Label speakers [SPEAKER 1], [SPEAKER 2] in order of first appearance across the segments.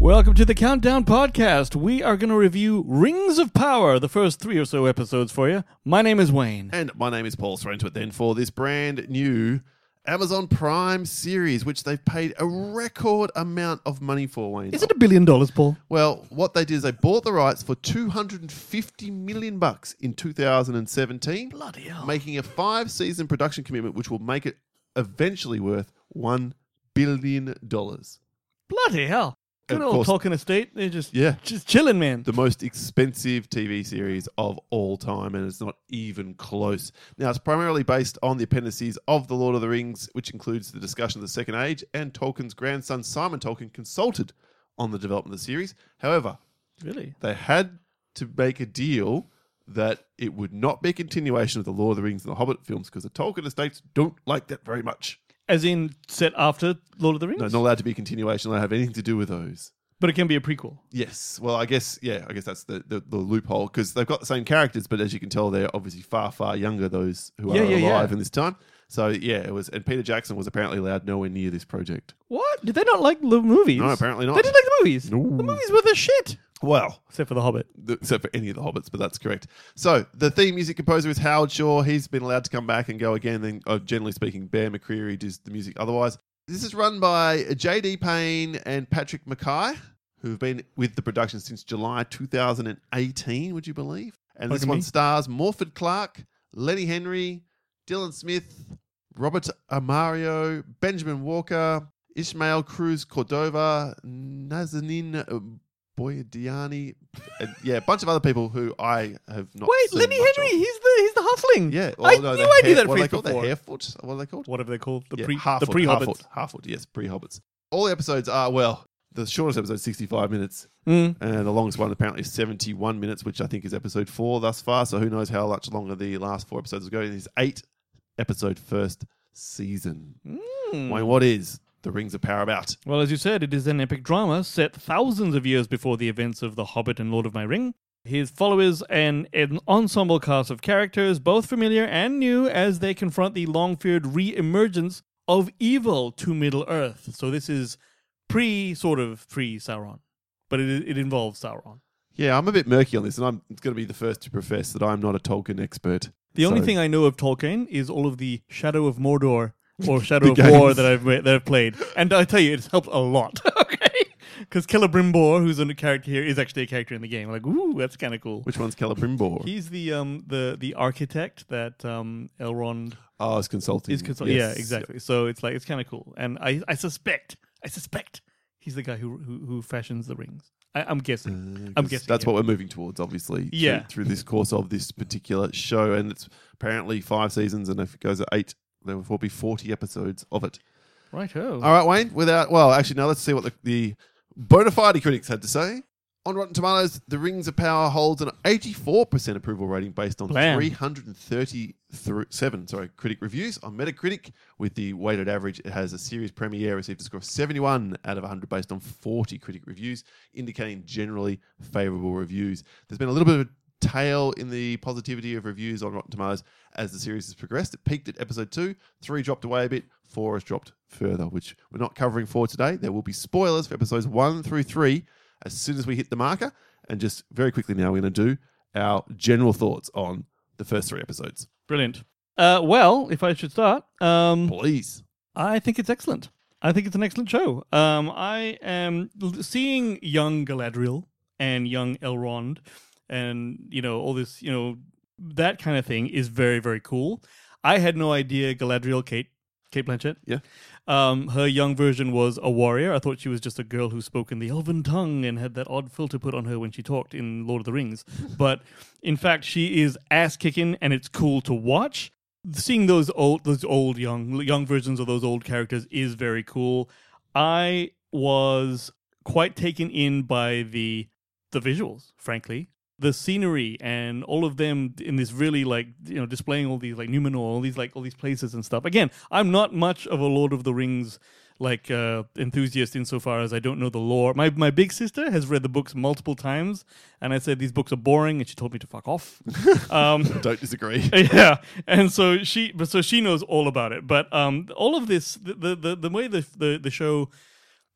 [SPEAKER 1] Welcome to the Countdown Podcast. We are going to review Rings of Power, the first three or so episodes for you. My name is Wayne.
[SPEAKER 2] And my name is Paul Sorrento. Then for this brand new Amazon Prime series, which they've paid a record amount of money for, Wayne.
[SPEAKER 1] Is it a billion dollars, Paul?
[SPEAKER 2] Well, what they did is they bought the rights for 250 million bucks in 2017,
[SPEAKER 1] Bloody hell.
[SPEAKER 2] making a five-season production commitment, which will make it eventually worth one billion dollars.
[SPEAKER 1] Bloody hell. Good
[SPEAKER 2] Of
[SPEAKER 1] old
[SPEAKER 2] course.
[SPEAKER 1] Talking Estate. They're just,
[SPEAKER 2] Yeah.
[SPEAKER 1] just chilling, man.
[SPEAKER 2] the most expensive TV series of all time, and it's not even close. Now, it's primarily based on the appendices of The Lord of the Rings, which includes the discussion of the Second Age, and Tolkien's grandson Simon Tolkien consulted on the development of the series. However,
[SPEAKER 1] really?
[SPEAKER 2] they had to make a deal that it would not be a continuation of The Lord of the Rings and The Hobbit films because the Tolkien estates don't like that very much.
[SPEAKER 1] As in set after Lord of the Rings?
[SPEAKER 2] No, not allowed to be a continuation, they don't have anything to do with those.
[SPEAKER 1] But it can be a prequel.
[SPEAKER 2] Yes. Well, I guess yeah. I guess that's the the, the loophole because they've got the same characters, but as you can tell, they're obviously far far younger. Those who
[SPEAKER 1] Yeah,
[SPEAKER 2] are
[SPEAKER 1] yeah, yeah.
[SPEAKER 2] alive in this time. So yeah, it was. And Peter Jackson was apparently allowed nowhere near this project.
[SPEAKER 1] What? Did they not like the movies?
[SPEAKER 2] No, apparently not.
[SPEAKER 1] They didn't like the movies.
[SPEAKER 2] No.
[SPEAKER 1] The movies were the shit.
[SPEAKER 2] Well,
[SPEAKER 1] Except for The Hobbit.
[SPEAKER 2] th- except for any of the hobbits, but that's correct. So the theme music composer is Howard Shaw. He's been allowed to come back and go again. Then, uh, generally speaking, Bear McCreary does the music. Otherwise, this is run by J.D. Payne and Patrick Mackay, who've been with the production since July 2018. Would you believe? And this
[SPEAKER 1] Pardon
[SPEAKER 2] one
[SPEAKER 1] me?
[SPEAKER 2] stars Morford Clark, Lenny Henry, Dylan Smith, Robert Amario, Benjamin Walker, Ishmael Cruz Cordova, Nazanin Boyadiani, and yeah, a bunch of other people who I have not.
[SPEAKER 1] Wait,
[SPEAKER 2] seen
[SPEAKER 1] Lenny
[SPEAKER 2] much
[SPEAKER 1] Henry,
[SPEAKER 2] Of.
[SPEAKER 1] he's the he's the halfling.
[SPEAKER 2] Yeah,
[SPEAKER 1] I
[SPEAKER 2] well, no,
[SPEAKER 1] knew
[SPEAKER 2] the
[SPEAKER 1] I knew
[SPEAKER 2] hair-
[SPEAKER 1] that
[SPEAKER 2] What are
[SPEAKER 1] face
[SPEAKER 2] they called? The
[SPEAKER 1] before.
[SPEAKER 2] hairfoot. What are they called?
[SPEAKER 1] Whatever they called the
[SPEAKER 2] Yeah,
[SPEAKER 1] pre
[SPEAKER 2] half
[SPEAKER 1] the
[SPEAKER 2] foot,
[SPEAKER 1] pre
[SPEAKER 2] half
[SPEAKER 1] hobbits.
[SPEAKER 2] foot, half foot, Yes, pre hobbits. All the episodes are well. The shortest episode, sixty-five minutes,
[SPEAKER 1] Mm.
[SPEAKER 2] and the longest one apparently is seventy-one minutes, which I think is episode four thus far. So who knows how much longer the last four episodes will go? It is eight episode first season.
[SPEAKER 1] Mm.
[SPEAKER 2] Wayne, what is the Rings of Power about?
[SPEAKER 1] Well, as you said, it is an epic drama set thousands of years before the events of The Hobbit and Lord of My Ring. His followers and an ensemble cast of characters, both familiar and new, as they confront the long feared re emergence of evil to Middle Earth. So, this is pre sort of pre Sauron, but it, it involves Sauron.
[SPEAKER 2] Yeah, I'm a bit murky on this, and I'm going to be the first to profess that I'm not a Tolkien expert.
[SPEAKER 1] The only
[SPEAKER 2] So-
[SPEAKER 1] thing I know of Tolkien is all of the Shadow of Mordor or Shadow of
[SPEAKER 2] games.
[SPEAKER 1] War that I've ma- that I've played, and I tell you, it's helped a lot. okay, because Celebrimbor, who's a character here, is actually a character in the game. Like, ooh, that's kind of cool.
[SPEAKER 2] Which one's Celebrimbor?
[SPEAKER 1] He's the um the the architect that um Elrond
[SPEAKER 2] oh, it's consulting.
[SPEAKER 1] is consult-
[SPEAKER 2] Yes.
[SPEAKER 1] Yeah, exactly. So it's like it's kind of cool, and I I suspect I suspect he's the guy who who, who fashions the rings. I, I'm guessing.
[SPEAKER 2] Uh,
[SPEAKER 1] I'm
[SPEAKER 2] 'cause
[SPEAKER 1] guessing,
[SPEAKER 2] that's
[SPEAKER 1] yeah.
[SPEAKER 2] what we're moving towards, obviously. through-
[SPEAKER 1] Yeah.
[SPEAKER 2] Through, this course of this particular show, and it's apparently five seasons, and if it goes at eight, there will be forty episodes of it.
[SPEAKER 1] Right. Oh.
[SPEAKER 2] All right, Wayne. Without well, actually, now let's see what the, the bona fide critics had to say. On Rotten Tomatoes, The Rings of Power holds an 84% approval rating based on
[SPEAKER 1] Blam.
[SPEAKER 2] 337 sorry, critic reviews. On Metacritic, with the weighted average, it has a series premiere received a score of 71 out of 100 based on 40 critic reviews, indicating generally favorable reviews. There's been a little bit of a tail in the positivity of reviews on Rotten Tomatoes as the series has progressed. It peaked at episode two, three dropped away a bit, four has dropped further, which we're not covering for today. There will be spoilers for episodes one through three as soon as we hit the marker. And just very quickly now, we're going to do our general thoughts on the first three episodes.
[SPEAKER 1] Brilliant. Uh, well, if I should start, um,
[SPEAKER 2] Please.
[SPEAKER 1] I think it's excellent. I think it's an excellent show. Um, I am l- seeing young Galadriel and young Elrond, and you know all this, you know that kind of thing is very very cool. I had no idea Galadriel, Kate, Kate Blanchett.
[SPEAKER 2] Yeah.
[SPEAKER 1] Um, her young version was a warrior. I thought she was just a girl who spoke in the elven tongue and had that odd filter put on her when she talked in Lord of the Rings. but in fact, she is ass kicking, and it's cool to watch seeing those old those old young young versions of those old characters is very cool. I was quite taken in by the the visuals, frankly. The scenery and all of them in this really like you know displaying all these like Numenor, all these like all these places and stuff. Again, I'm not much of a Lord of the Rings like uh, enthusiast insofar as I don't know the lore. My my big sister has read the books multiple times, and I said these books are boring, and she told me to fuck off. um,
[SPEAKER 2] Don't disagree.
[SPEAKER 1] yeah and so she but so she knows all about it but um all of this the the the, the way the, the the show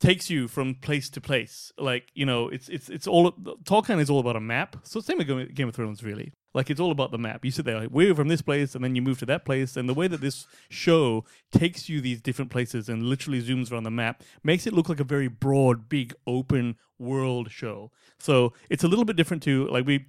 [SPEAKER 1] takes you from place to place. Like you know, it's it's it's all Tolkien is all about a map. So same with Game- Game of Thrones, really. Like it's all about the map. You sit there, like, we're from this place, and then you move to that place. And the way that this show takes you these different places and literally zooms around the map makes it look like a very broad, big, open world show. So it's a little bit different to like we.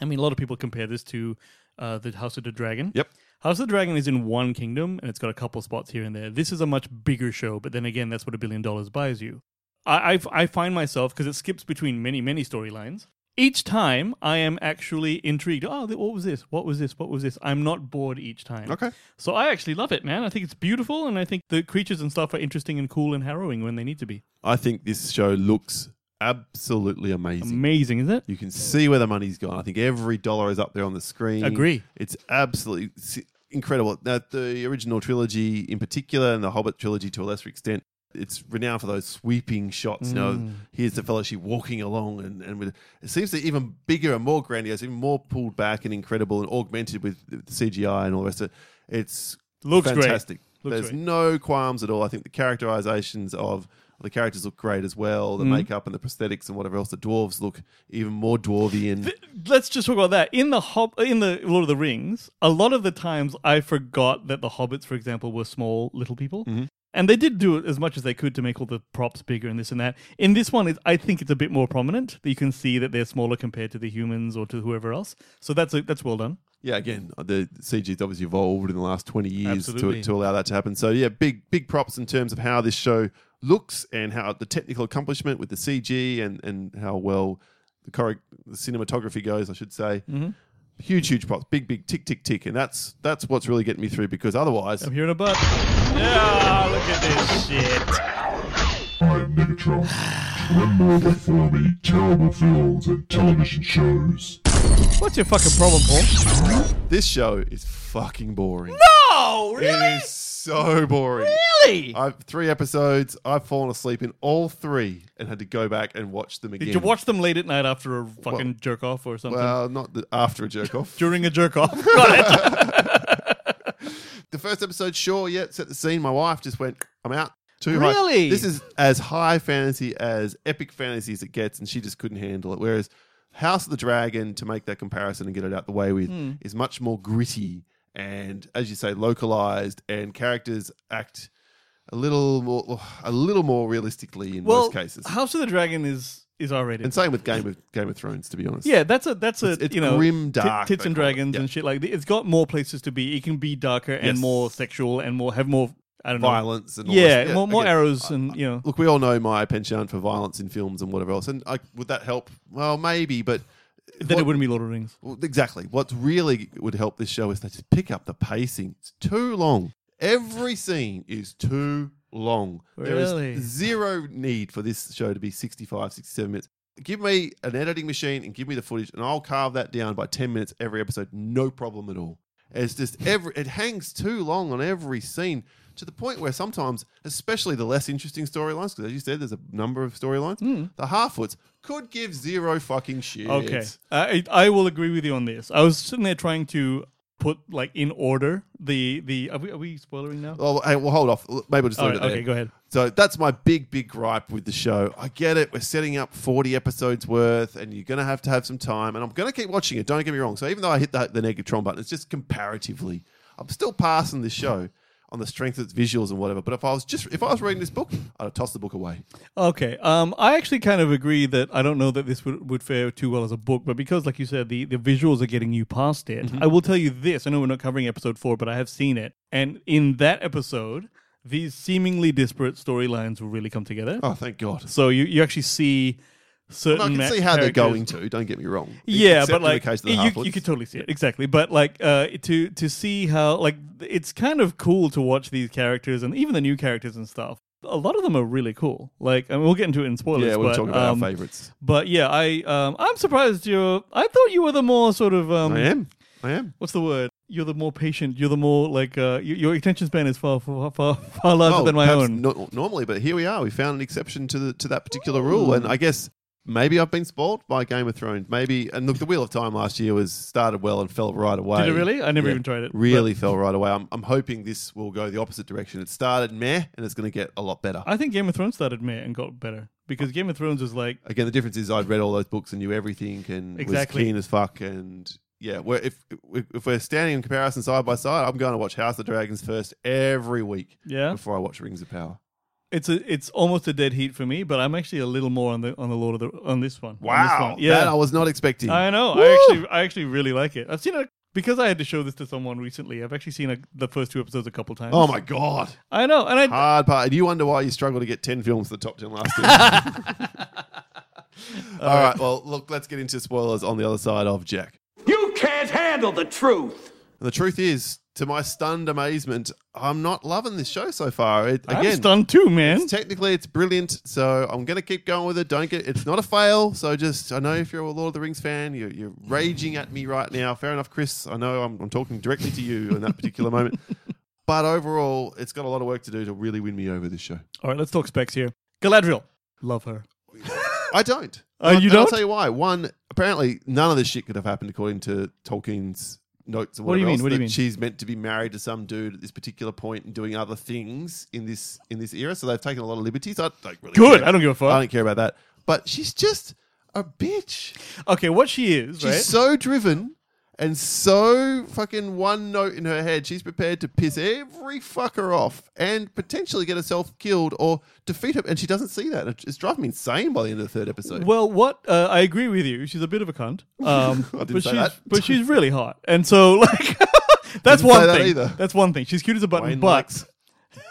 [SPEAKER 1] I mean, a lot of people compare this to uh, the House of the Dragon.
[SPEAKER 2] Yep.
[SPEAKER 1] House of the Dragon is in one kingdom and it's got a couple spots here and there. This is a much bigger show, but then again, that's what a billion dollars buys you. I, I've- I, find myself, because it skips between many, many storylines, each time I am actually intrigued. Oh, th- what was this? What was this? What was this? I'm not bored each time.
[SPEAKER 2] Okay.
[SPEAKER 1] So I actually love it, man. I think it's beautiful and I think the creatures and stuff are interesting and cool and harrowing when they need to be.
[SPEAKER 2] I think this show looks absolutely amazing.
[SPEAKER 1] Amazing, isn't it?
[SPEAKER 2] You can see where the money's gone. I think every dollar is up there on the screen.
[SPEAKER 1] Agree.
[SPEAKER 2] It's absolutely s- incredible. Now, the original trilogy in particular, and the Hobbit trilogy to a lesser extent, it's renowned for those sweeping shots. You
[SPEAKER 1] Mm.
[SPEAKER 2] know, here's the fellowship walking along, and, and with, it seems to be even bigger and more grandiose, even more pulled back and incredible and augmented with the CGI and all the rest of it. It's
[SPEAKER 1] Looks great.
[SPEAKER 2] fantastic.
[SPEAKER 1] Looks
[SPEAKER 2] There's
[SPEAKER 1] great.
[SPEAKER 2] no qualms at all. I think the characterizations of the characters look great as well. The makeup and the prosthetics and whatever else. The dwarves look even more dwarvy and
[SPEAKER 1] Th- let's just talk about that. In the Hob- in the Lord of the Rings, a lot of the times I forgot that the hobbits, for example, were small little people. And they did do it as much as they could to make all the props bigger and this and that. In this one, is I think it's a bit more prominent that you can see that they're smaller compared to the humans or to whoever else. So that's a, that's well done.
[SPEAKER 2] yeah, again, the CG's obviously evolved in the last 20 years to,
[SPEAKER 1] Absolutely.
[SPEAKER 2] to allow that to happen. So, yeah, big, big props in terms of how this show looks and how the technical accomplishment with the CG and, and how well the, chore- the cinematography goes, I should say. Huge, huge props. Big, big tick, tick, tick. And that's that's what's really getting me through because otherwise,
[SPEAKER 1] I'm hearing a butt. Yeah, look at this shit.
[SPEAKER 3] I'm Megatron. Learn more for me, terrible films and television shows.
[SPEAKER 1] What's your fucking problem, Paul?
[SPEAKER 2] this show is fucking boring.
[SPEAKER 1] Oh,
[SPEAKER 2] It is so boring.
[SPEAKER 1] Really?
[SPEAKER 2] I've three episodes. I've fallen asleep in all three and had to go back and watch them again.
[SPEAKER 1] Did you watch them late at night after a fucking jerk off or something?
[SPEAKER 2] Well, not the, after a jerk off.
[SPEAKER 1] During a jerk off? Got it.
[SPEAKER 2] the first episode, sure, yeah, set the scene. My wife just went, I'm out. Too
[SPEAKER 1] Really?
[SPEAKER 2] High. This is as high fantasy as epic fantasy as it gets, and she just couldn't handle it. Whereas House of the Dragon, to make that comparison and get it out the way with,
[SPEAKER 1] Hmm.
[SPEAKER 2] is much more gritty and, as you say, localized, and characters act a little more, a little more realistically in most cases.
[SPEAKER 1] House of the Dragon is is R rated.
[SPEAKER 2] And same with Game of Game of Thrones, to be honest.
[SPEAKER 1] yeah, that's a that's a
[SPEAKER 2] It's- it's
[SPEAKER 1] you know
[SPEAKER 2] grim
[SPEAKER 1] ti-
[SPEAKER 2] dark,
[SPEAKER 1] tits
[SPEAKER 2] they
[SPEAKER 1] and
[SPEAKER 2] call it.
[SPEAKER 1] dragons
[SPEAKER 2] Yeah.
[SPEAKER 1] and shit like that. It's got more places to be. It can be darker and
[SPEAKER 2] Yes.
[SPEAKER 1] more sexual and more have more I don't know
[SPEAKER 2] Violence and all
[SPEAKER 1] Yeah,
[SPEAKER 2] this.
[SPEAKER 1] more more
[SPEAKER 2] again,
[SPEAKER 1] arrows and you know
[SPEAKER 2] look, we all know my penchant for violence in films and whatever else, and I, would that help? Well, maybe, but
[SPEAKER 1] then
[SPEAKER 2] what-
[SPEAKER 1] it wouldn't be Lord of the Rings.
[SPEAKER 2] well, exactly. What really would help this show is they just pick up the pacing. It's too long. Every scene is too long. There
[SPEAKER 1] Really?
[SPEAKER 2] is zero need for this show to be 65, 67 minutes. Give me an editing machine and give me the footage, and I'll carve that down by 10 minutes every episode. No problem at all. It's just every it hangs too long on every scene to the point where sometimes, especially the less interesting storylines, because as you said, there's a number of storylines,
[SPEAKER 1] Hmm.
[SPEAKER 2] the Halfwoods could give zero fucking shit.
[SPEAKER 1] Okay, I I will agree with you on this. I was sitting there trying to put like in order the the are we, are we spoiling now?
[SPEAKER 2] Oh, hey, well, hold off. Maybe we'll just
[SPEAKER 1] All
[SPEAKER 2] leave
[SPEAKER 1] right,
[SPEAKER 2] it there.
[SPEAKER 1] okay, go ahead.
[SPEAKER 2] So that's my big, big gripe with the show. I get it. We're setting up 40 episodes worth, and you're going to have to have some time. And I'm going to keep watching it. Don't get me wrong. So even though I hit the, the Negatron button, it's just comparatively. I'm still passing this show on the strength of its visuals and whatever. But if I was just if I was reading this book, I'd have tossed the book away.
[SPEAKER 1] Okay. Um, I actually kind of agree that I don't know that this would, would fare too well as a book, but because, like you said, the, the visuals are getting you past it,
[SPEAKER 2] Mm-hmm.
[SPEAKER 1] I will tell you this. I know we're not covering episode four, but I have seen it. And in that episode, these seemingly disparate storylines will really come together.
[SPEAKER 2] Oh, thank God.
[SPEAKER 1] So you, you actually see certain.
[SPEAKER 2] I can
[SPEAKER 1] ma-
[SPEAKER 2] see how they're
[SPEAKER 1] characters-
[SPEAKER 2] going to. Don't get me wrong.
[SPEAKER 1] yeah,
[SPEAKER 2] Except
[SPEAKER 1] but
[SPEAKER 2] in the
[SPEAKER 1] like
[SPEAKER 2] case of the
[SPEAKER 1] you- you,
[SPEAKER 2] Halfwoods.
[SPEAKER 1] could totally see it exactly. But like uh, to to see how like it's kind of cool to watch these characters and even the new characters and stuff. A lot of them are really cool. Like, I mean, we'll get into it in spoilers.
[SPEAKER 2] yeah, we were
[SPEAKER 1] but,
[SPEAKER 2] talking about
[SPEAKER 1] um,
[SPEAKER 2] our favorites.
[SPEAKER 1] But yeah, I um, I'm surprised you're. I thought you were the more sort of um,
[SPEAKER 2] I am. I am.
[SPEAKER 1] what's the word? You're the more patient. You're the more like uh, y- your attention span is far far far, far larger
[SPEAKER 2] Oh,
[SPEAKER 1] than my
[SPEAKER 2] perhaps
[SPEAKER 1] own.
[SPEAKER 2] no- normally, but here we are. We found an exception to the to that particular rule, and I guess maybe I've been spoiled by Game of Thrones. Maybe and look, the Wheel of Time last year was started well and fell right away.
[SPEAKER 1] Did it really? I never
[SPEAKER 2] Yeah.
[SPEAKER 1] even tried it.
[SPEAKER 2] Really fell right away. I'm, I'm hoping this will go the opposite direction. It started meh, and it's going to get a lot better.
[SPEAKER 1] I think Game of Thrones started meh and got better because Game of Thrones was like
[SPEAKER 2] Again, the difference is I'd read all those books and knew everything and
[SPEAKER 1] Exactly.
[SPEAKER 2] was keen as fuck. And yeah, we're, if if we're standing in comparison side by side, I'm going to watch House of the Dragons first every week
[SPEAKER 1] yeah,
[SPEAKER 2] before I watch Rings of Power.
[SPEAKER 1] it's a it's almost a dead heat for me, but I'm actually a little more on the on the Lord of the on this one. on this
[SPEAKER 2] Wow,
[SPEAKER 1] one.
[SPEAKER 2] that I
[SPEAKER 1] yeah,
[SPEAKER 2] was not expecting.
[SPEAKER 1] I know. I actually I actually really like it. I've seen it because I had to show this to someone recently. I've actually seen a, the first two episodes a couple times.
[SPEAKER 2] Oh my god,
[SPEAKER 1] I know, and I
[SPEAKER 2] hard part. Do you wonder why you struggled to get ten films to the top ten last year? All right, well, look, let's get into spoilers on the other side of Jack.
[SPEAKER 4] You can't handle the truth.
[SPEAKER 2] And the truth is, to my stunned amazement, I'm not loving this show so far. It,
[SPEAKER 1] I'm
[SPEAKER 2] again,
[SPEAKER 1] stunned too, man.
[SPEAKER 2] technically it's brilliant, so I'm gonna keep going with it. Don't get it's not a fail. So just I know if you're a Lord of the Rings fan, you're, you're raging at me right now. Fair enough, Chris. I know I'm, I'm talking directly to you in that particular moment. But overall, it's got a lot of work to do to really win me over this show.
[SPEAKER 1] All right, let's talk specs here. Galadriel, love her.
[SPEAKER 2] I don't.
[SPEAKER 1] Uh,
[SPEAKER 2] And I-
[SPEAKER 1] you
[SPEAKER 2] and I'll
[SPEAKER 1] don't?
[SPEAKER 2] tell you why. One, apparently, none of this shit could have happened according to Tolkien's notes. Or
[SPEAKER 1] What do you
[SPEAKER 2] whatever
[SPEAKER 1] mean?
[SPEAKER 2] else,
[SPEAKER 1] What do you
[SPEAKER 2] that
[SPEAKER 1] mean?
[SPEAKER 2] She's meant to be married to some dude at this particular point and doing other things in this in this era. So they've taken a lot of liberties. I don't really.
[SPEAKER 1] Good.
[SPEAKER 2] care.
[SPEAKER 1] I don't give a fuck.
[SPEAKER 2] I don't care about that. But she's just a bitch.
[SPEAKER 1] Okay, what she is,
[SPEAKER 2] She's
[SPEAKER 1] right?
[SPEAKER 2] so driven and so fucking one note in her head. She's prepared to piss every fucker off and potentially get herself killed or defeat her. And she doesn't see that. It's driving me insane by the end of the third episode.
[SPEAKER 1] Well, what uh, I agree with you. She's a bit of a cunt, um,
[SPEAKER 2] I
[SPEAKER 1] but
[SPEAKER 2] didn't say
[SPEAKER 1] she's
[SPEAKER 2] that.
[SPEAKER 1] but she's really hot, and so like that's
[SPEAKER 2] Didn't
[SPEAKER 1] one
[SPEAKER 2] say that
[SPEAKER 1] thing.
[SPEAKER 2] either.
[SPEAKER 1] That's one thing. She's cute as a button,
[SPEAKER 2] Wayne
[SPEAKER 1] but
[SPEAKER 2] likes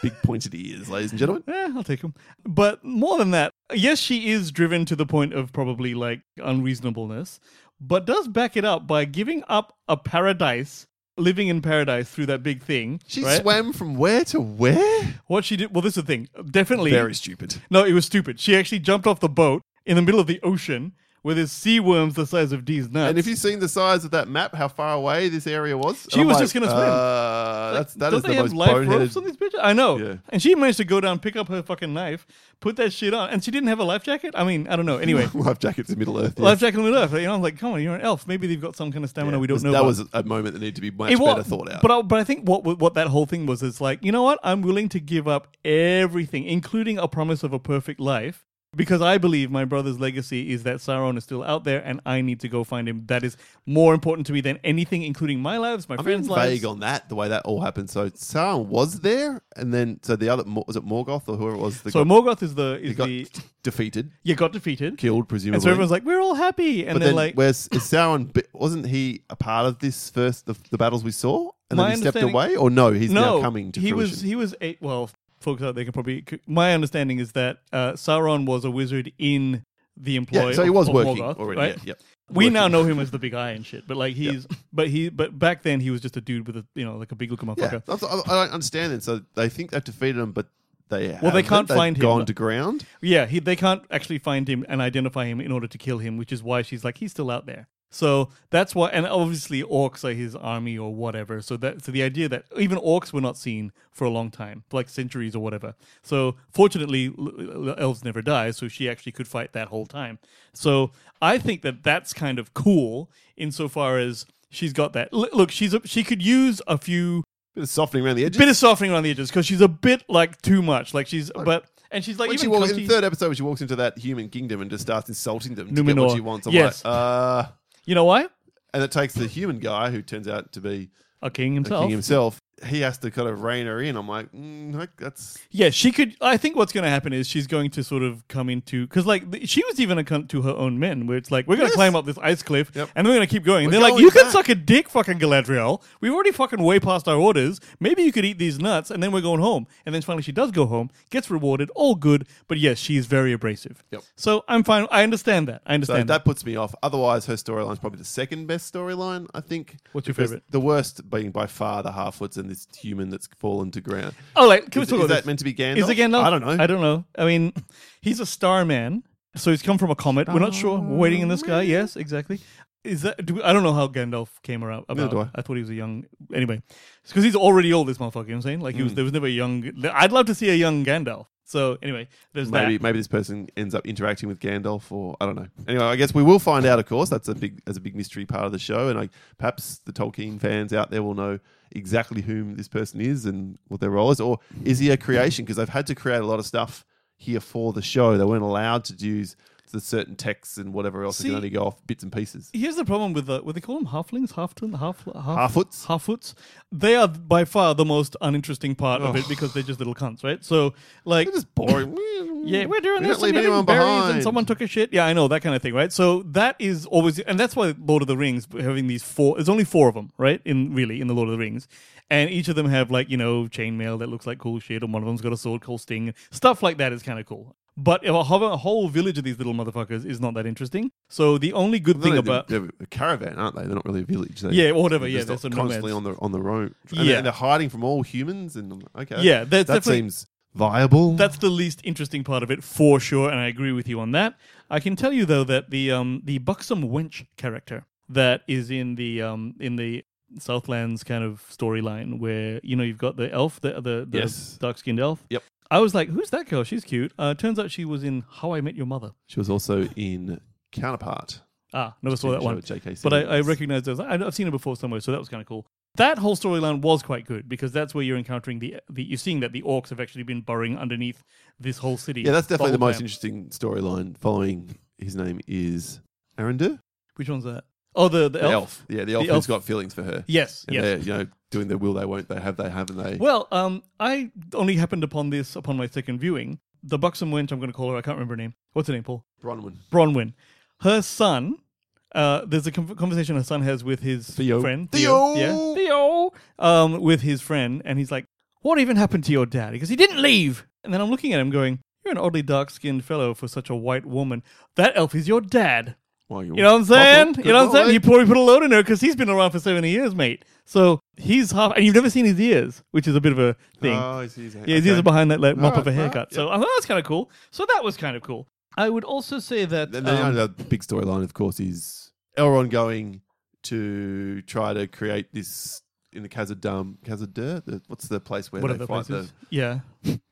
[SPEAKER 2] big pointed ears, ladies and gentlemen.
[SPEAKER 1] eh, I'll take him. But more than that, yes, she is driven to the point of probably like unreasonableness, but does back it up by giving up a paradise, living in paradise through that big thing.
[SPEAKER 2] She
[SPEAKER 1] right?
[SPEAKER 2] swam from where to where?
[SPEAKER 1] What she did? Well, this is the thing. Definitely
[SPEAKER 2] Very stupid.
[SPEAKER 1] No, it was stupid. She actually jumped off the boat in the middle of the ocean where there's sea worms the size of D's nuts.
[SPEAKER 2] And if you've seen the size of that map, how far away this area was,
[SPEAKER 1] She
[SPEAKER 2] and I'm
[SPEAKER 1] was just gonna swim.
[SPEAKER 2] Uh, that's that
[SPEAKER 1] Don't
[SPEAKER 2] is
[SPEAKER 1] they
[SPEAKER 2] the
[SPEAKER 1] have
[SPEAKER 2] most
[SPEAKER 1] life ropes
[SPEAKER 2] boneheaded-
[SPEAKER 1] on these bitches? I know.
[SPEAKER 2] Yeah.
[SPEAKER 1] And she managed to go down, pick up her fucking knife, put that shit on, and she didn't have a life jacket. I mean, I don't know. Anyway,
[SPEAKER 2] life jackets in Middle Earth. yeah.
[SPEAKER 1] life jacket in the middle. Earth. You know, I'm like, come on, you're an elf. Maybe they've got some kind of stamina we don't
[SPEAKER 2] That
[SPEAKER 1] know. about.
[SPEAKER 2] was a moment that needed to be much
[SPEAKER 1] It wa-
[SPEAKER 2] better thought out.
[SPEAKER 1] But I, but I think what what that whole thing was is like, you know what? I'm willing to give up everything, including a promise of a perfect life, because I believe my brother's legacy is that Sauron is still out there, and I need to go find him. That is more important to me than anything, including my lives, my
[SPEAKER 2] I'm being
[SPEAKER 1] friends' lives.
[SPEAKER 2] vague on that, the way that all happened. So Sauron was there, and then so the other Mo- was it Morgoth or whoever it was that
[SPEAKER 1] So
[SPEAKER 2] got,
[SPEAKER 1] Morgoth is the is
[SPEAKER 2] got
[SPEAKER 1] the
[SPEAKER 2] defeated,
[SPEAKER 1] you got defeated,
[SPEAKER 2] killed, presumably.
[SPEAKER 1] and so everyone's like, we're all happy, and
[SPEAKER 2] but
[SPEAKER 1] then,
[SPEAKER 2] then,
[SPEAKER 1] like.
[SPEAKER 2] where's is Sauron? bi- Wasn't he a part of this first the, the battles we saw, and
[SPEAKER 1] My
[SPEAKER 2] then he stepped
[SPEAKER 1] understanding-
[SPEAKER 2] away, or no? He's
[SPEAKER 1] no,
[SPEAKER 2] now coming to
[SPEAKER 1] he
[SPEAKER 2] fruition.
[SPEAKER 1] was he was eight. Well, folks out there can probably. My understanding is that uh, Sauron was a wizard in the employ.
[SPEAKER 2] yeah, so he
[SPEAKER 1] of-
[SPEAKER 2] was
[SPEAKER 1] of
[SPEAKER 2] working
[SPEAKER 1] Morgoth,
[SPEAKER 2] already.
[SPEAKER 1] right?
[SPEAKER 2] Yeah, yep.
[SPEAKER 1] We
[SPEAKER 2] Working.
[SPEAKER 1] now know him as the big eye and shit, but like he's, but he, but back then he was just a dude with a, you know, like a big looking
[SPEAKER 2] Yeah,
[SPEAKER 1] motherfucker.
[SPEAKER 2] that's- I, I don't understand it. So they think they've defeated him, but they
[SPEAKER 1] Well, they
[SPEAKER 2] haven't.
[SPEAKER 1] can't
[SPEAKER 2] They've
[SPEAKER 1] find him.
[SPEAKER 2] gone to ground.
[SPEAKER 1] Yeah, he, they can't actually find him and identify him in order to kill him, which is why she's like, he's still out there. So that's why, and obviously orcs are his army or whatever. So that, so the idea that even orcs were not seen for a long time, like centuries or whatever. So fortunately, l- l- elves never die, so she actually could fight that whole time. So I think that that's kind of cool insofar as she's got that. L- look, she's a, she could use a few
[SPEAKER 2] Bit of softening around the edges.
[SPEAKER 1] bit of softening around the edges because she's a bit like too much. Like she's, but and she's like
[SPEAKER 2] when she
[SPEAKER 1] even
[SPEAKER 2] walks in
[SPEAKER 1] cunty-
[SPEAKER 2] the third episode, when she walks into that human kingdom and just starts insulting them to get
[SPEAKER 1] Numenor.
[SPEAKER 2] what she wants. I'm
[SPEAKER 1] Yes.
[SPEAKER 2] like, uh,
[SPEAKER 1] You know why?
[SPEAKER 2] and it takes the human guy who turns out to be
[SPEAKER 1] A king
[SPEAKER 2] the
[SPEAKER 1] himself.
[SPEAKER 2] king himself. He has to kind of rein her in. I'm like, mm, like, that's
[SPEAKER 1] Yeah, she could. I think what's going to happen is she's going to sort of come into because like th- she was even a cunt to her own men, where it's like we're going to
[SPEAKER 2] Yes.
[SPEAKER 1] climb up this ice cliff
[SPEAKER 2] Yep.
[SPEAKER 1] and we're going to keep going. And
[SPEAKER 2] We're
[SPEAKER 1] they're like,
[SPEAKER 2] going
[SPEAKER 1] you can
[SPEAKER 2] back."
[SPEAKER 1] suck a dick, fucking Galadriel. We've already fucking way past our orders. Maybe you could eat these nuts, and then we're going home. And then finally, she does go home, gets rewarded, all good. But yes, she's very abrasive.
[SPEAKER 2] Yep.
[SPEAKER 1] So I'm fine. I understand that. I
[SPEAKER 2] So
[SPEAKER 1] understand that.
[SPEAKER 2] that puts me off. Otherwise, her storyline's probably the second best storyline, I think.
[SPEAKER 1] What's your
[SPEAKER 2] Because
[SPEAKER 1] favourite?
[SPEAKER 2] The worst being by far the Halfwoods and this human that's fallen to ground.
[SPEAKER 1] Oh, like, can
[SPEAKER 2] Is-
[SPEAKER 1] we talk
[SPEAKER 2] is
[SPEAKER 1] about
[SPEAKER 2] that
[SPEAKER 1] this?
[SPEAKER 2] meant to be Gandalf?
[SPEAKER 1] Is it Gandalf?
[SPEAKER 2] I don't know.
[SPEAKER 1] I don't know. I mean, he's a star man, so he's come from a comet. We're not sure. We're waiting in the sky. Yes, exactly. Is that? Do we, I don't know how Gandalf came around. About.
[SPEAKER 2] Neither do I.
[SPEAKER 1] thought he was a young. Hmm. Anyway, because he's already old. This motherfucker. You know what I'm saying, like he was. There was never a young. I'd love to see a young Gandalf. So anyway, there's
[SPEAKER 2] Maybe
[SPEAKER 1] that.
[SPEAKER 2] maybe this person ends up interacting with Gandalf, or I don't know. Anyway, I guess we will find out. Of course, that's a big that's a big mystery part of the show, and I, perhaps the Tolkien fans out there will know exactly whom this person is and what their role is, or is he a creation? Because they've had to create a lot of stuff here for the show. They weren't allowed to use the certain texts and whatever else. they
[SPEAKER 1] See-
[SPEAKER 2] can only go off bits and pieces.
[SPEAKER 1] Here's the problem with the what they call them halflings, half half half
[SPEAKER 2] Half-foots?
[SPEAKER 1] half-foots. They are by far the most uninteresting part of it because they're just little cunts, right? So like
[SPEAKER 2] It's boring.
[SPEAKER 1] Yeah, we're doing
[SPEAKER 2] We
[SPEAKER 1] this.
[SPEAKER 2] don't
[SPEAKER 1] and
[SPEAKER 2] leave
[SPEAKER 1] we're doing
[SPEAKER 2] anyone
[SPEAKER 1] berries
[SPEAKER 2] behind.
[SPEAKER 1] And someone took a shit. Yeah, I know that kind of thing, right? So that is always, and that's why Lord of the Rings having these four. There's only four of them, right? In really in the Lord of the Rings, and each of them have like you know chainmail that looks like cool shit, and one of them's got a sword called Sting. Stuff like that is kind of cool. But a whole, a whole village of these little motherfuckers is not that interesting. So the only good thing
[SPEAKER 2] They're-
[SPEAKER 1] about
[SPEAKER 2] they're a caravan, aren't they? They're not really a village. They,
[SPEAKER 1] Yeah, or whatever,
[SPEAKER 2] they're
[SPEAKER 1] yeah,
[SPEAKER 2] just
[SPEAKER 1] they're sort of
[SPEAKER 2] constantly on
[SPEAKER 1] nomads.
[SPEAKER 2] the on the road. And,
[SPEAKER 1] Yeah.
[SPEAKER 2] and they're hiding from all humans. And okay,
[SPEAKER 1] Yeah, that's
[SPEAKER 2] that
[SPEAKER 1] definitely-
[SPEAKER 2] seems viable.
[SPEAKER 1] That's the least interesting part of it for sure, and I agree with you on that. I can tell you though that the um the buxom wench character that is in the um in the Southlands kind of storyline where you know you've got the elf, the the, the
[SPEAKER 2] Yes.
[SPEAKER 1] dark skinned elf.
[SPEAKER 2] Yep.
[SPEAKER 1] I was like, who's that girl? She's cute. Uh, turns out she was in How I Met Your Mother.
[SPEAKER 2] she was also in Counterpart.
[SPEAKER 1] Ah, never saw
[SPEAKER 2] TV
[SPEAKER 1] that
[SPEAKER 2] show
[SPEAKER 1] one.
[SPEAKER 2] with J.K.
[SPEAKER 1] But I, I
[SPEAKER 2] Simmons.
[SPEAKER 1] recognized those. I- I've seen it before somewhere, so that was kind of cool. That whole storyline was quite good because that's where you're encountering the, the you're seeing that the orcs have actually been burrowing underneath this whole city.
[SPEAKER 2] Yeah, that's definitely the
[SPEAKER 1] whole
[SPEAKER 2] most
[SPEAKER 1] time.
[SPEAKER 2] interesting storyline. Following his name is Arendu,
[SPEAKER 1] Which one's that? Oh, the the,
[SPEAKER 2] the elf. Yeah, the elf,
[SPEAKER 1] elf.
[SPEAKER 2] who's got feelings for her.
[SPEAKER 1] Yes,
[SPEAKER 2] and
[SPEAKER 1] yes.
[SPEAKER 2] they're you know doing their will they won't they have they haven't they.
[SPEAKER 1] Well, um, I only happened upon this upon my second viewing. The buxom wench, I'm going to call her. I can't remember her name. What's her name, Paul?
[SPEAKER 2] Bronwyn.
[SPEAKER 1] Bronwyn. Her son. Uh, there's a con conversation her son has with his
[SPEAKER 2] Theo.
[SPEAKER 1] friend
[SPEAKER 2] Theo!
[SPEAKER 1] Yeah, Theo. Um, with his friend, and he's like, "What even happened to your dad?" Because he didn't leave. And then I'm looking at him, going, "You're an oddly dark-skinned fellow for such a white woman. That elf is your dad."
[SPEAKER 2] Well,
[SPEAKER 1] You know what I'm saying?
[SPEAKER 2] Good
[SPEAKER 1] you know what I'm saying?
[SPEAKER 2] night.
[SPEAKER 1] You probably put a load in her because he's been around for so many years, mate. So he's half, and you've never seen his ears, which is a bit of a thing.
[SPEAKER 2] Oh, he's, he's,
[SPEAKER 1] yeah, his ears are behind that like, mop
[SPEAKER 2] Alright,
[SPEAKER 1] of a
[SPEAKER 2] alright,
[SPEAKER 1] haircut. So I thought that's kind of cool. So that was kind of cool. I would also say that.
[SPEAKER 2] And then
[SPEAKER 1] um,
[SPEAKER 2] the other big storyline, of course, is Elrond going to try to create this in the Khazad-dum, Khazad-dur. The, what's the place where
[SPEAKER 1] what are
[SPEAKER 2] they
[SPEAKER 1] the
[SPEAKER 2] fight
[SPEAKER 1] places?
[SPEAKER 2] the,
[SPEAKER 1] yeah.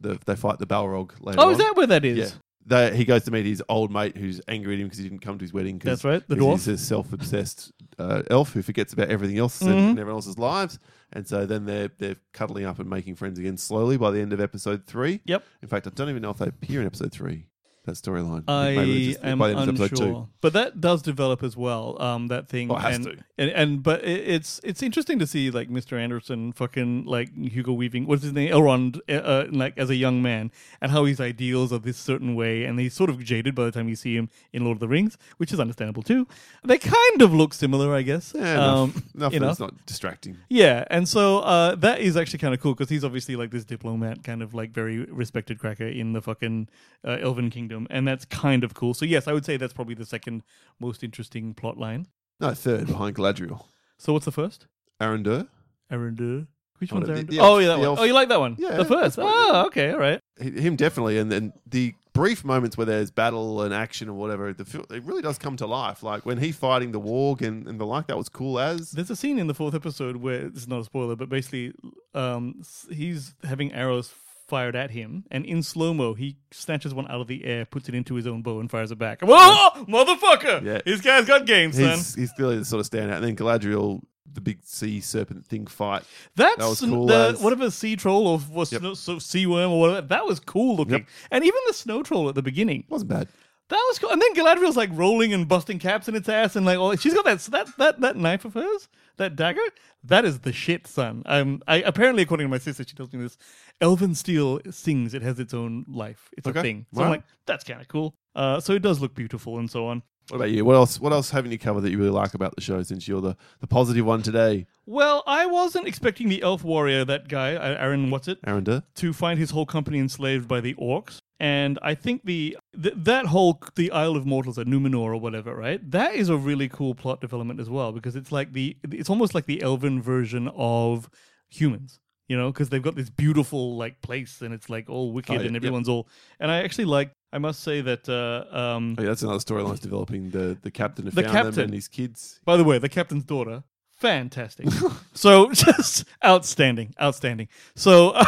[SPEAKER 2] the they fight the Balrog later?
[SPEAKER 1] Oh, is
[SPEAKER 2] on?
[SPEAKER 1] that where that is?
[SPEAKER 2] Yeah. They, he goes to meet his old mate who's angry at him because he didn't come to his wedding. 'cause-
[SPEAKER 1] That's right, the
[SPEAKER 2] 'cause
[SPEAKER 1] dwarf.
[SPEAKER 2] He's a self-obsessed uh, elf who forgets about everything else and,
[SPEAKER 1] Mhm.
[SPEAKER 2] and everyone else's lives. And so then they're they're cuddling up and making friends again slowly by the end of episode three.
[SPEAKER 1] Yep.
[SPEAKER 2] In fact, I don't even know if they appear in episode three. That storyline.
[SPEAKER 1] I
[SPEAKER 2] Maybe it was just
[SPEAKER 1] am
[SPEAKER 2] by the end of
[SPEAKER 1] unsure,
[SPEAKER 2] episode two.
[SPEAKER 1] but that does develop as well. Um, that thing
[SPEAKER 2] Oh, it has
[SPEAKER 1] and,
[SPEAKER 2] to.
[SPEAKER 1] and and but it, it's it's interesting to see like Mr. Anderson fucking like Hugo Weaving, what's his name, Elrond, uh, uh, like as a young man, and how his ideals are this certain way, and he's sort of jaded by the time you see him in Lord of the Rings, which is understandable too. They kind of look similar, I guess.
[SPEAKER 2] Yeah, enough.
[SPEAKER 1] Um,
[SPEAKER 2] enough
[SPEAKER 1] you
[SPEAKER 2] that
[SPEAKER 1] know?
[SPEAKER 2] it's not distracting.
[SPEAKER 1] Yeah, and so uh, that is actually kind of cool because he's obviously like this diplomat, kind of like very respected cracker in the fucking uh, Elven Kingdom, and that's kind of cool. So yes, I would say that's probably the second most interesting plot line.
[SPEAKER 2] No, third behind Galadriel.
[SPEAKER 1] So what's the first?
[SPEAKER 2] Arendur.
[SPEAKER 1] Arendur. Which
[SPEAKER 2] Oh,
[SPEAKER 1] one's
[SPEAKER 2] the-
[SPEAKER 1] Arendur?
[SPEAKER 2] the
[SPEAKER 1] oh
[SPEAKER 2] elf-
[SPEAKER 1] yeah, that
[SPEAKER 2] the
[SPEAKER 1] one.
[SPEAKER 2] elf-
[SPEAKER 1] Oh, you like that one?
[SPEAKER 2] Yeah,
[SPEAKER 1] the
[SPEAKER 2] that's
[SPEAKER 1] first.
[SPEAKER 2] what it
[SPEAKER 1] Oh, okay, all right.
[SPEAKER 2] H- Him definitely, and then the brief moments where there's battle and action or whatever, the fil- it really does come to life. Like when he fighting the warg and, and the like, that was cool as.
[SPEAKER 1] There's a scene in the fourth episode where it's not a spoiler, but basically, um, s- he's having arrows fired at him, and in slow mo, he snatches one out of the air, puts it into his own bow, and fires it back. Whoa, motherfucker!
[SPEAKER 2] Yeah.
[SPEAKER 1] This guy's got game, son.
[SPEAKER 2] He's he's clearly the sort of standout. And then Galadriel, the big sea serpent thing fight.
[SPEAKER 1] That's
[SPEAKER 2] was cool
[SPEAKER 1] the,
[SPEAKER 2] as-
[SPEAKER 1] whatever sea troll or, or
[SPEAKER 2] Yep.
[SPEAKER 1] snow, so sea worm or whatever. That was cool looking,
[SPEAKER 2] Yep.
[SPEAKER 1] and even the snow troll at the beginning.
[SPEAKER 2] Wasn't bad.
[SPEAKER 1] That was cool. And then Galadriel's like rolling and busting caps in its ass, and like all, she's got that that that that knife of hers, that dagger. That is the shit, son. Um, I apparently, according to my sister, she tells me this. Elven steel sings; it has its own life. It's
[SPEAKER 2] Okay.
[SPEAKER 1] a thing. So
[SPEAKER 2] Wow.
[SPEAKER 1] I'm like, that's kind of cool. Uh, so it does look beautiful and so on.
[SPEAKER 2] What about you? What else? What else haven't you covered that you really like about the show? Since you're the, the positive one today,
[SPEAKER 1] Well, I wasn't expecting the elf warrior, that guy, Aaron, what's it?
[SPEAKER 2] Arendur.
[SPEAKER 1] to find his whole company enslaved by the orcs. And I think the th- that whole the Isle of Mortals at Numenor or whatever, right? That is a really cool plot development as well because it's like the it's almost like the elven version of humans, you know, because they've got this beautiful like place and it's like all wicked
[SPEAKER 2] Oh, yeah,
[SPEAKER 1] and
[SPEAKER 2] yep.
[SPEAKER 1] everyone's all. And I actually like I must say that uh, um,
[SPEAKER 2] Oh, yeah, that's another storyline that's developing. The the captain who
[SPEAKER 1] The
[SPEAKER 2] found them
[SPEAKER 1] captain.
[SPEAKER 2] and his kids.
[SPEAKER 1] by the way, the captain's daughter, fantastic. so just outstanding, outstanding. So.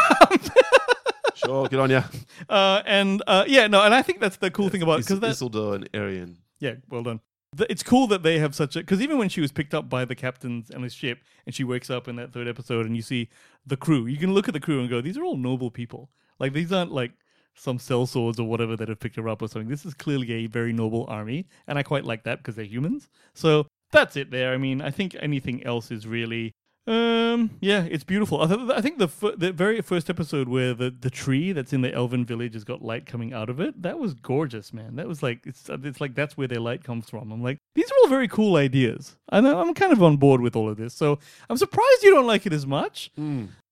[SPEAKER 2] Sure. Oh, good on you.
[SPEAKER 1] Uh, and uh, yeah, no, and I think that's the cool thing about because that's
[SPEAKER 2] Isildur and Arian.
[SPEAKER 1] yeah, well done. Th- It's cool that they have such a because even when she was picked up by the captains on his ship, and she wakes up in that third episode, and you see the crew, you can look at the crew and go, these are all noble people. Like these aren't like some cell swords or whatever that have picked her up or something. This is clearly a very noble army, and I quite like that because they're humans. So that's it. There, I mean, I think anything else is really um. Yeah, it's beautiful. I, th- I think the f- the very first episode where the, the tree that's in the elven village has got light coming out of it. That was gorgeous, man. That was like it's it's like that's where their light comes from. I'm like these are all very cool ideas. I know I'm kind of on board with all of this. So I'm surprised you don't like it as much.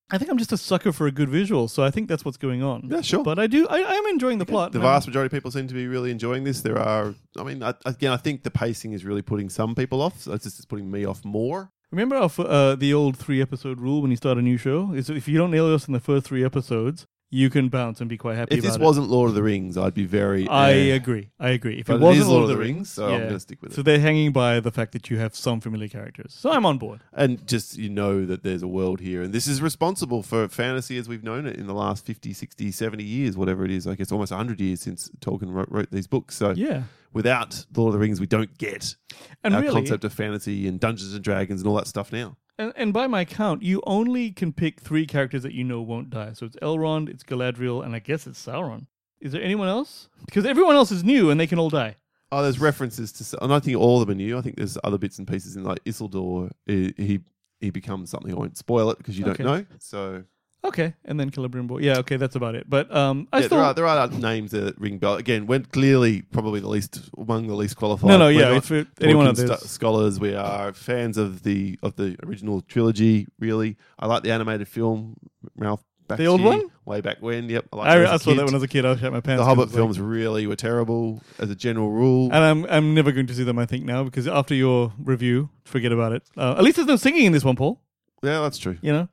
[SPEAKER 1] I think I'm just a sucker for a good visual. So I think that's what's going on.
[SPEAKER 2] Yeah, sure.
[SPEAKER 1] But I do I, I am enjoying the plot.
[SPEAKER 2] The
[SPEAKER 1] and I'm-
[SPEAKER 2] vast majority of people seem to be really enjoying this. There are, I mean, I, again, I think the pacing is really putting some people off. So it's just it's putting me off more.
[SPEAKER 1] Remember our, f- uh, the old three episode rule when you start a new show is if you don't nail us in the first three episodes, you can bounce and be quite happy.
[SPEAKER 2] If this
[SPEAKER 1] about it.
[SPEAKER 2] wasn't Lord of the Rings, I'd be very.
[SPEAKER 1] I
[SPEAKER 2] eh.
[SPEAKER 1] agree. I agree. If
[SPEAKER 2] But
[SPEAKER 1] it
[SPEAKER 2] it
[SPEAKER 1] wasn't
[SPEAKER 2] is
[SPEAKER 1] Lord of the Rings,
[SPEAKER 2] so I'm gonna stick with
[SPEAKER 1] So
[SPEAKER 2] it.
[SPEAKER 1] they're hanging by the fact that you have some familiar characters. So I'm on board.
[SPEAKER 2] and just you know that there's a world here and this is responsible for fantasy as we've known it in the last 50 60 70 years whatever it is like it's almost 100 years since tolkien wrote, wrote these books so
[SPEAKER 1] Yeah.
[SPEAKER 2] without lord of the rings we don't get
[SPEAKER 1] And
[SPEAKER 2] our
[SPEAKER 1] really,
[SPEAKER 2] concept of fantasy and dungeons and dragons and all that stuff now
[SPEAKER 1] and, and by my count, you only can pick three characters that you know won't die. So it's Elrond, it's Galadriel, and I guess it's Sauron. Is there anyone else? Because everyone else is new and they can all die.
[SPEAKER 2] oh there's references to s- and i think all of them are new i think there's other bits and pieces in like isildur he he, he becomes something i won't spoil it because you don't
[SPEAKER 1] Okay.
[SPEAKER 2] know so
[SPEAKER 1] Okay, and then Celebrimbor. Yeah, okay, that's about it. But um, I
[SPEAKER 2] yeah,
[SPEAKER 1] still
[SPEAKER 2] there are there are names that ring bell again when clearly probably the least among the least qualified
[SPEAKER 1] no, no,
[SPEAKER 2] We're
[SPEAKER 1] yeah,
[SPEAKER 2] not-
[SPEAKER 1] if it, anyone
[SPEAKER 2] Tolkien
[SPEAKER 1] of this.
[SPEAKER 2] st- scholars. We are fans of the of the original trilogy. Really, I like the animated film Ralph. Bakshi,
[SPEAKER 1] The old one?
[SPEAKER 2] way back when. Yep, liked
[SPEAKER 1] I,
[SPEAKER 2] it as a
[SPEAKER 1] I saw
[SPEAKER 2] kid.
[SPEAKER 1] that when I was a kid. Uh, I shut my pants.
[SPEAKER 2] The
[SPEAKER 1] 'cause
[SPEAKER 2] Hobbit
[SPEAKER 1] it's like-
[SPEAKER 2] films really were terrible as a general rule.
[SPEAKER 1] And I'm I'm never going to see them. I think now because after your review, forget about it. Uh, at least there's no singing in this one, Paul.
[SPEAKER 2] yeah, that's true.
[SPEAKER 1] You know.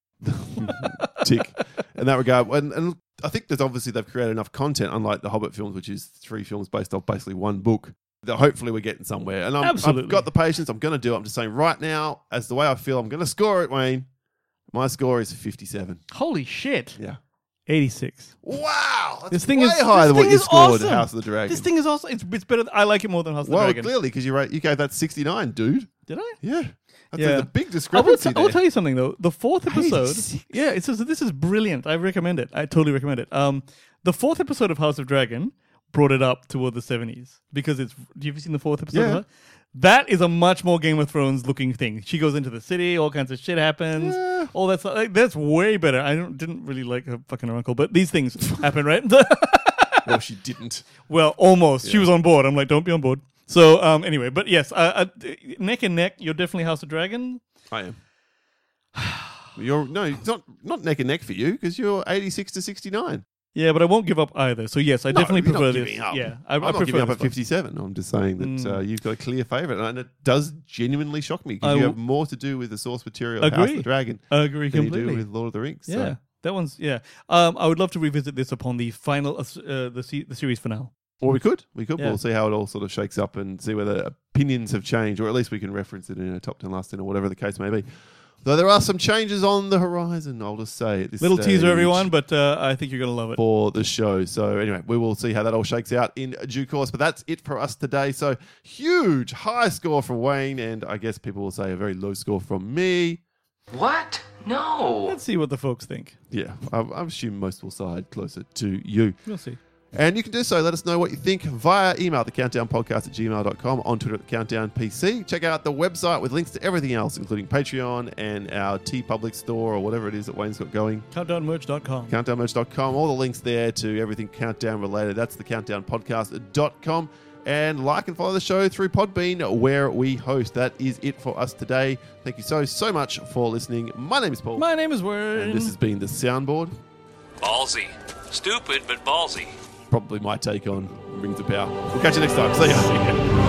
[SPEAKER 2] Tick in that regard. And, and I think that obviously they've created enough content, unlike the Hobbit films, which is three films based off basically one book. That hopefully we're getting somewhere. And I'm, I've
[SPEAKER 1] Absolutely.
[SPEAKER 2] got the patience. I'm going to do. it. I'm just saying right now, as the way I feel, I'm going to score it, Wayne. My score is 57.
[SPEAKER 1] Holy shit!
[SPEAKER 2] Yeah.
[SPEAKER 1] 86.
[SPEAKER 2] Wow, that's
[SPEAKER 1] This thing
[SPEAKER 2] way
[SPEAKER 1] is
[SPEAKER 2] higher
[SPEAKER 1] this
[SPEAKER 2] than what
[SPEAKER 1] thing
[SPEAKER 2] you
[SPEAKER 1] is
[SPEAKER 2] scored
[SPEAKER 1] awesome.
[SPEAKER 2] at House of the Dragon.
[SPEAKER 1] This thing is also it's, it's better. I like it more than House of the
[SPEAKER 2] well,
[SPEAKER 1] Dragon.
[SPEAKER 2] clearly because you ra- you gave that sixty nine, dude.
[SPEAKER 1] Did I?
[SPEAKER 2] Yeah, that's
[SPEAKER 1] Yeah.
[SPEAKER 2] a, the big
[SPEAKER 1] I will,
[SPEAKER 2] discrepancy
[SPEAKER 1] t- I will
[SPEAKER 2] there.
[SPEAKER 1] tell you something though. The fourth episode,
[SPEAKER 2] 86?
[SPEAKER 1] yeah, it says this is brilliant. I recommend it. I totally recommend it. Um, the fourth episode of House of Dragon brought it up toward the seventies because it's. Do you ever seen the fourth episode?
[SPEAKER 2] Yeah.
[SPEAKER 1] Of it? That is a much more Game of Thrones looking thing. She goes into the city, all kinds of shit happens. All that stuff. Like, that's way better. I don't, didn't really like her fucking her uncle, but these things happen, right?
[SPEAKER 2] well, she didn't.
[SPEAKER 1] Well, almost. She was on board. I'm like, don't be on board. So, um, anyway, but yes, uh, uh, neck and neck, you're definitely House of Dragon.
[SPEAKER 2] I am. You're no, it's not not neck and neck for you because you're eighty six to sixty nine.
[SPEAKER 1] Yeah, but I won't give up either. So yes, I definitely
[SPEAKER 2] you're
[SPEAKER 1] prefer
[SPEAKER 2] not
[SPEAKER 1] this.
[SPEAKER 2] giving up.
[SPEAKER 1] Yeah, I,
[SPEAKER 2] I'm
[SPEAKER 1] I
[SPEAKER 2] not
[SPEAKER 1] prefer
[SPEAKER 2] giving up
[SPEAKER 1] this one.
[SPEAKER 2] at
[SPEAKER 1] Mm.
[SPEAKER 2] fifty seven. I'm just saying that uh, you've got a clear favorite, and it does genuinely shock
[SPEAKER 1] I
[SPEAKER 2] me because you have
[SPEAKER 1] w-
[SPEAKER 2] more to do with the source material of House of
[SPEAKER 1] Agree.
[SPEAKER 2] the Dragon
[SPEAKER 1] Agree
[SPEAKER 2] than you do
[SPEAKER 1] completely.
[SPEAKER 2] with Lord of the Rings.
[SPEAKER 1] yeah,
[SPEAKER 2] So,
[SPEAKER 1] that one's yeah. Um, I would love to revisit this upon the final, uh, s- uh, the se- the series finale.
[SPEAKER 2] Or we could. We could.
[SPEAKER 1] Yeah.
[SPEAKER 2] We'll see how it all sort of shakes up and see whether opinions have changed, or at least we can reference it in a top 10, last 10, or whatever the case may be. Though there are some changes on the horizon, I'll just say. At this
[SPEAKER 1] Little teaser,
[SPEAKER 2] stage
[SPEAKER 1] everyone, but uh, I think you're gonna love it.
[SPEAKER 2] for the show. So anyway, we will see how that all shakes out in due course. But that's it for us today. So huge high score from Wayne, and I guess people will say a very low score from me.
[SPEAKER 5] What? No.
[SPEAKER 1] Let's see what the folks think.
[SPEAKER 2] Yeah, I, I assume most will side closer to you.
[SPEAKER 1] We'll see.
[SPEAKER 2] And you can do so. Let us know what you think via email, the countdownpodcast at gmail.com, on Twitter at the Countdown PC. Check out the website with links to everything else, including Patreon and our T Public store or whatever it is that Wayne's got going.
[SPEAKER 1] Countdownmerch.com.
[SPEAKER 2] Countdownmerch.com, all the links there to everything countdown related. That's the countdownpodcast.com. And like and follow the show through Podbean where we host. That is it for us today. Thank you so, so much for listening. My name is Paul.
[SPEAKER 1] My name is Wern.
[SPEAKER 2] and this has been the soundboard.
[SPEAKER 5] Ballsy. Stupid, but ballsy.
[SPEAKER 2] Probably my take on Rings of Power. We'll catch you next time. See ya.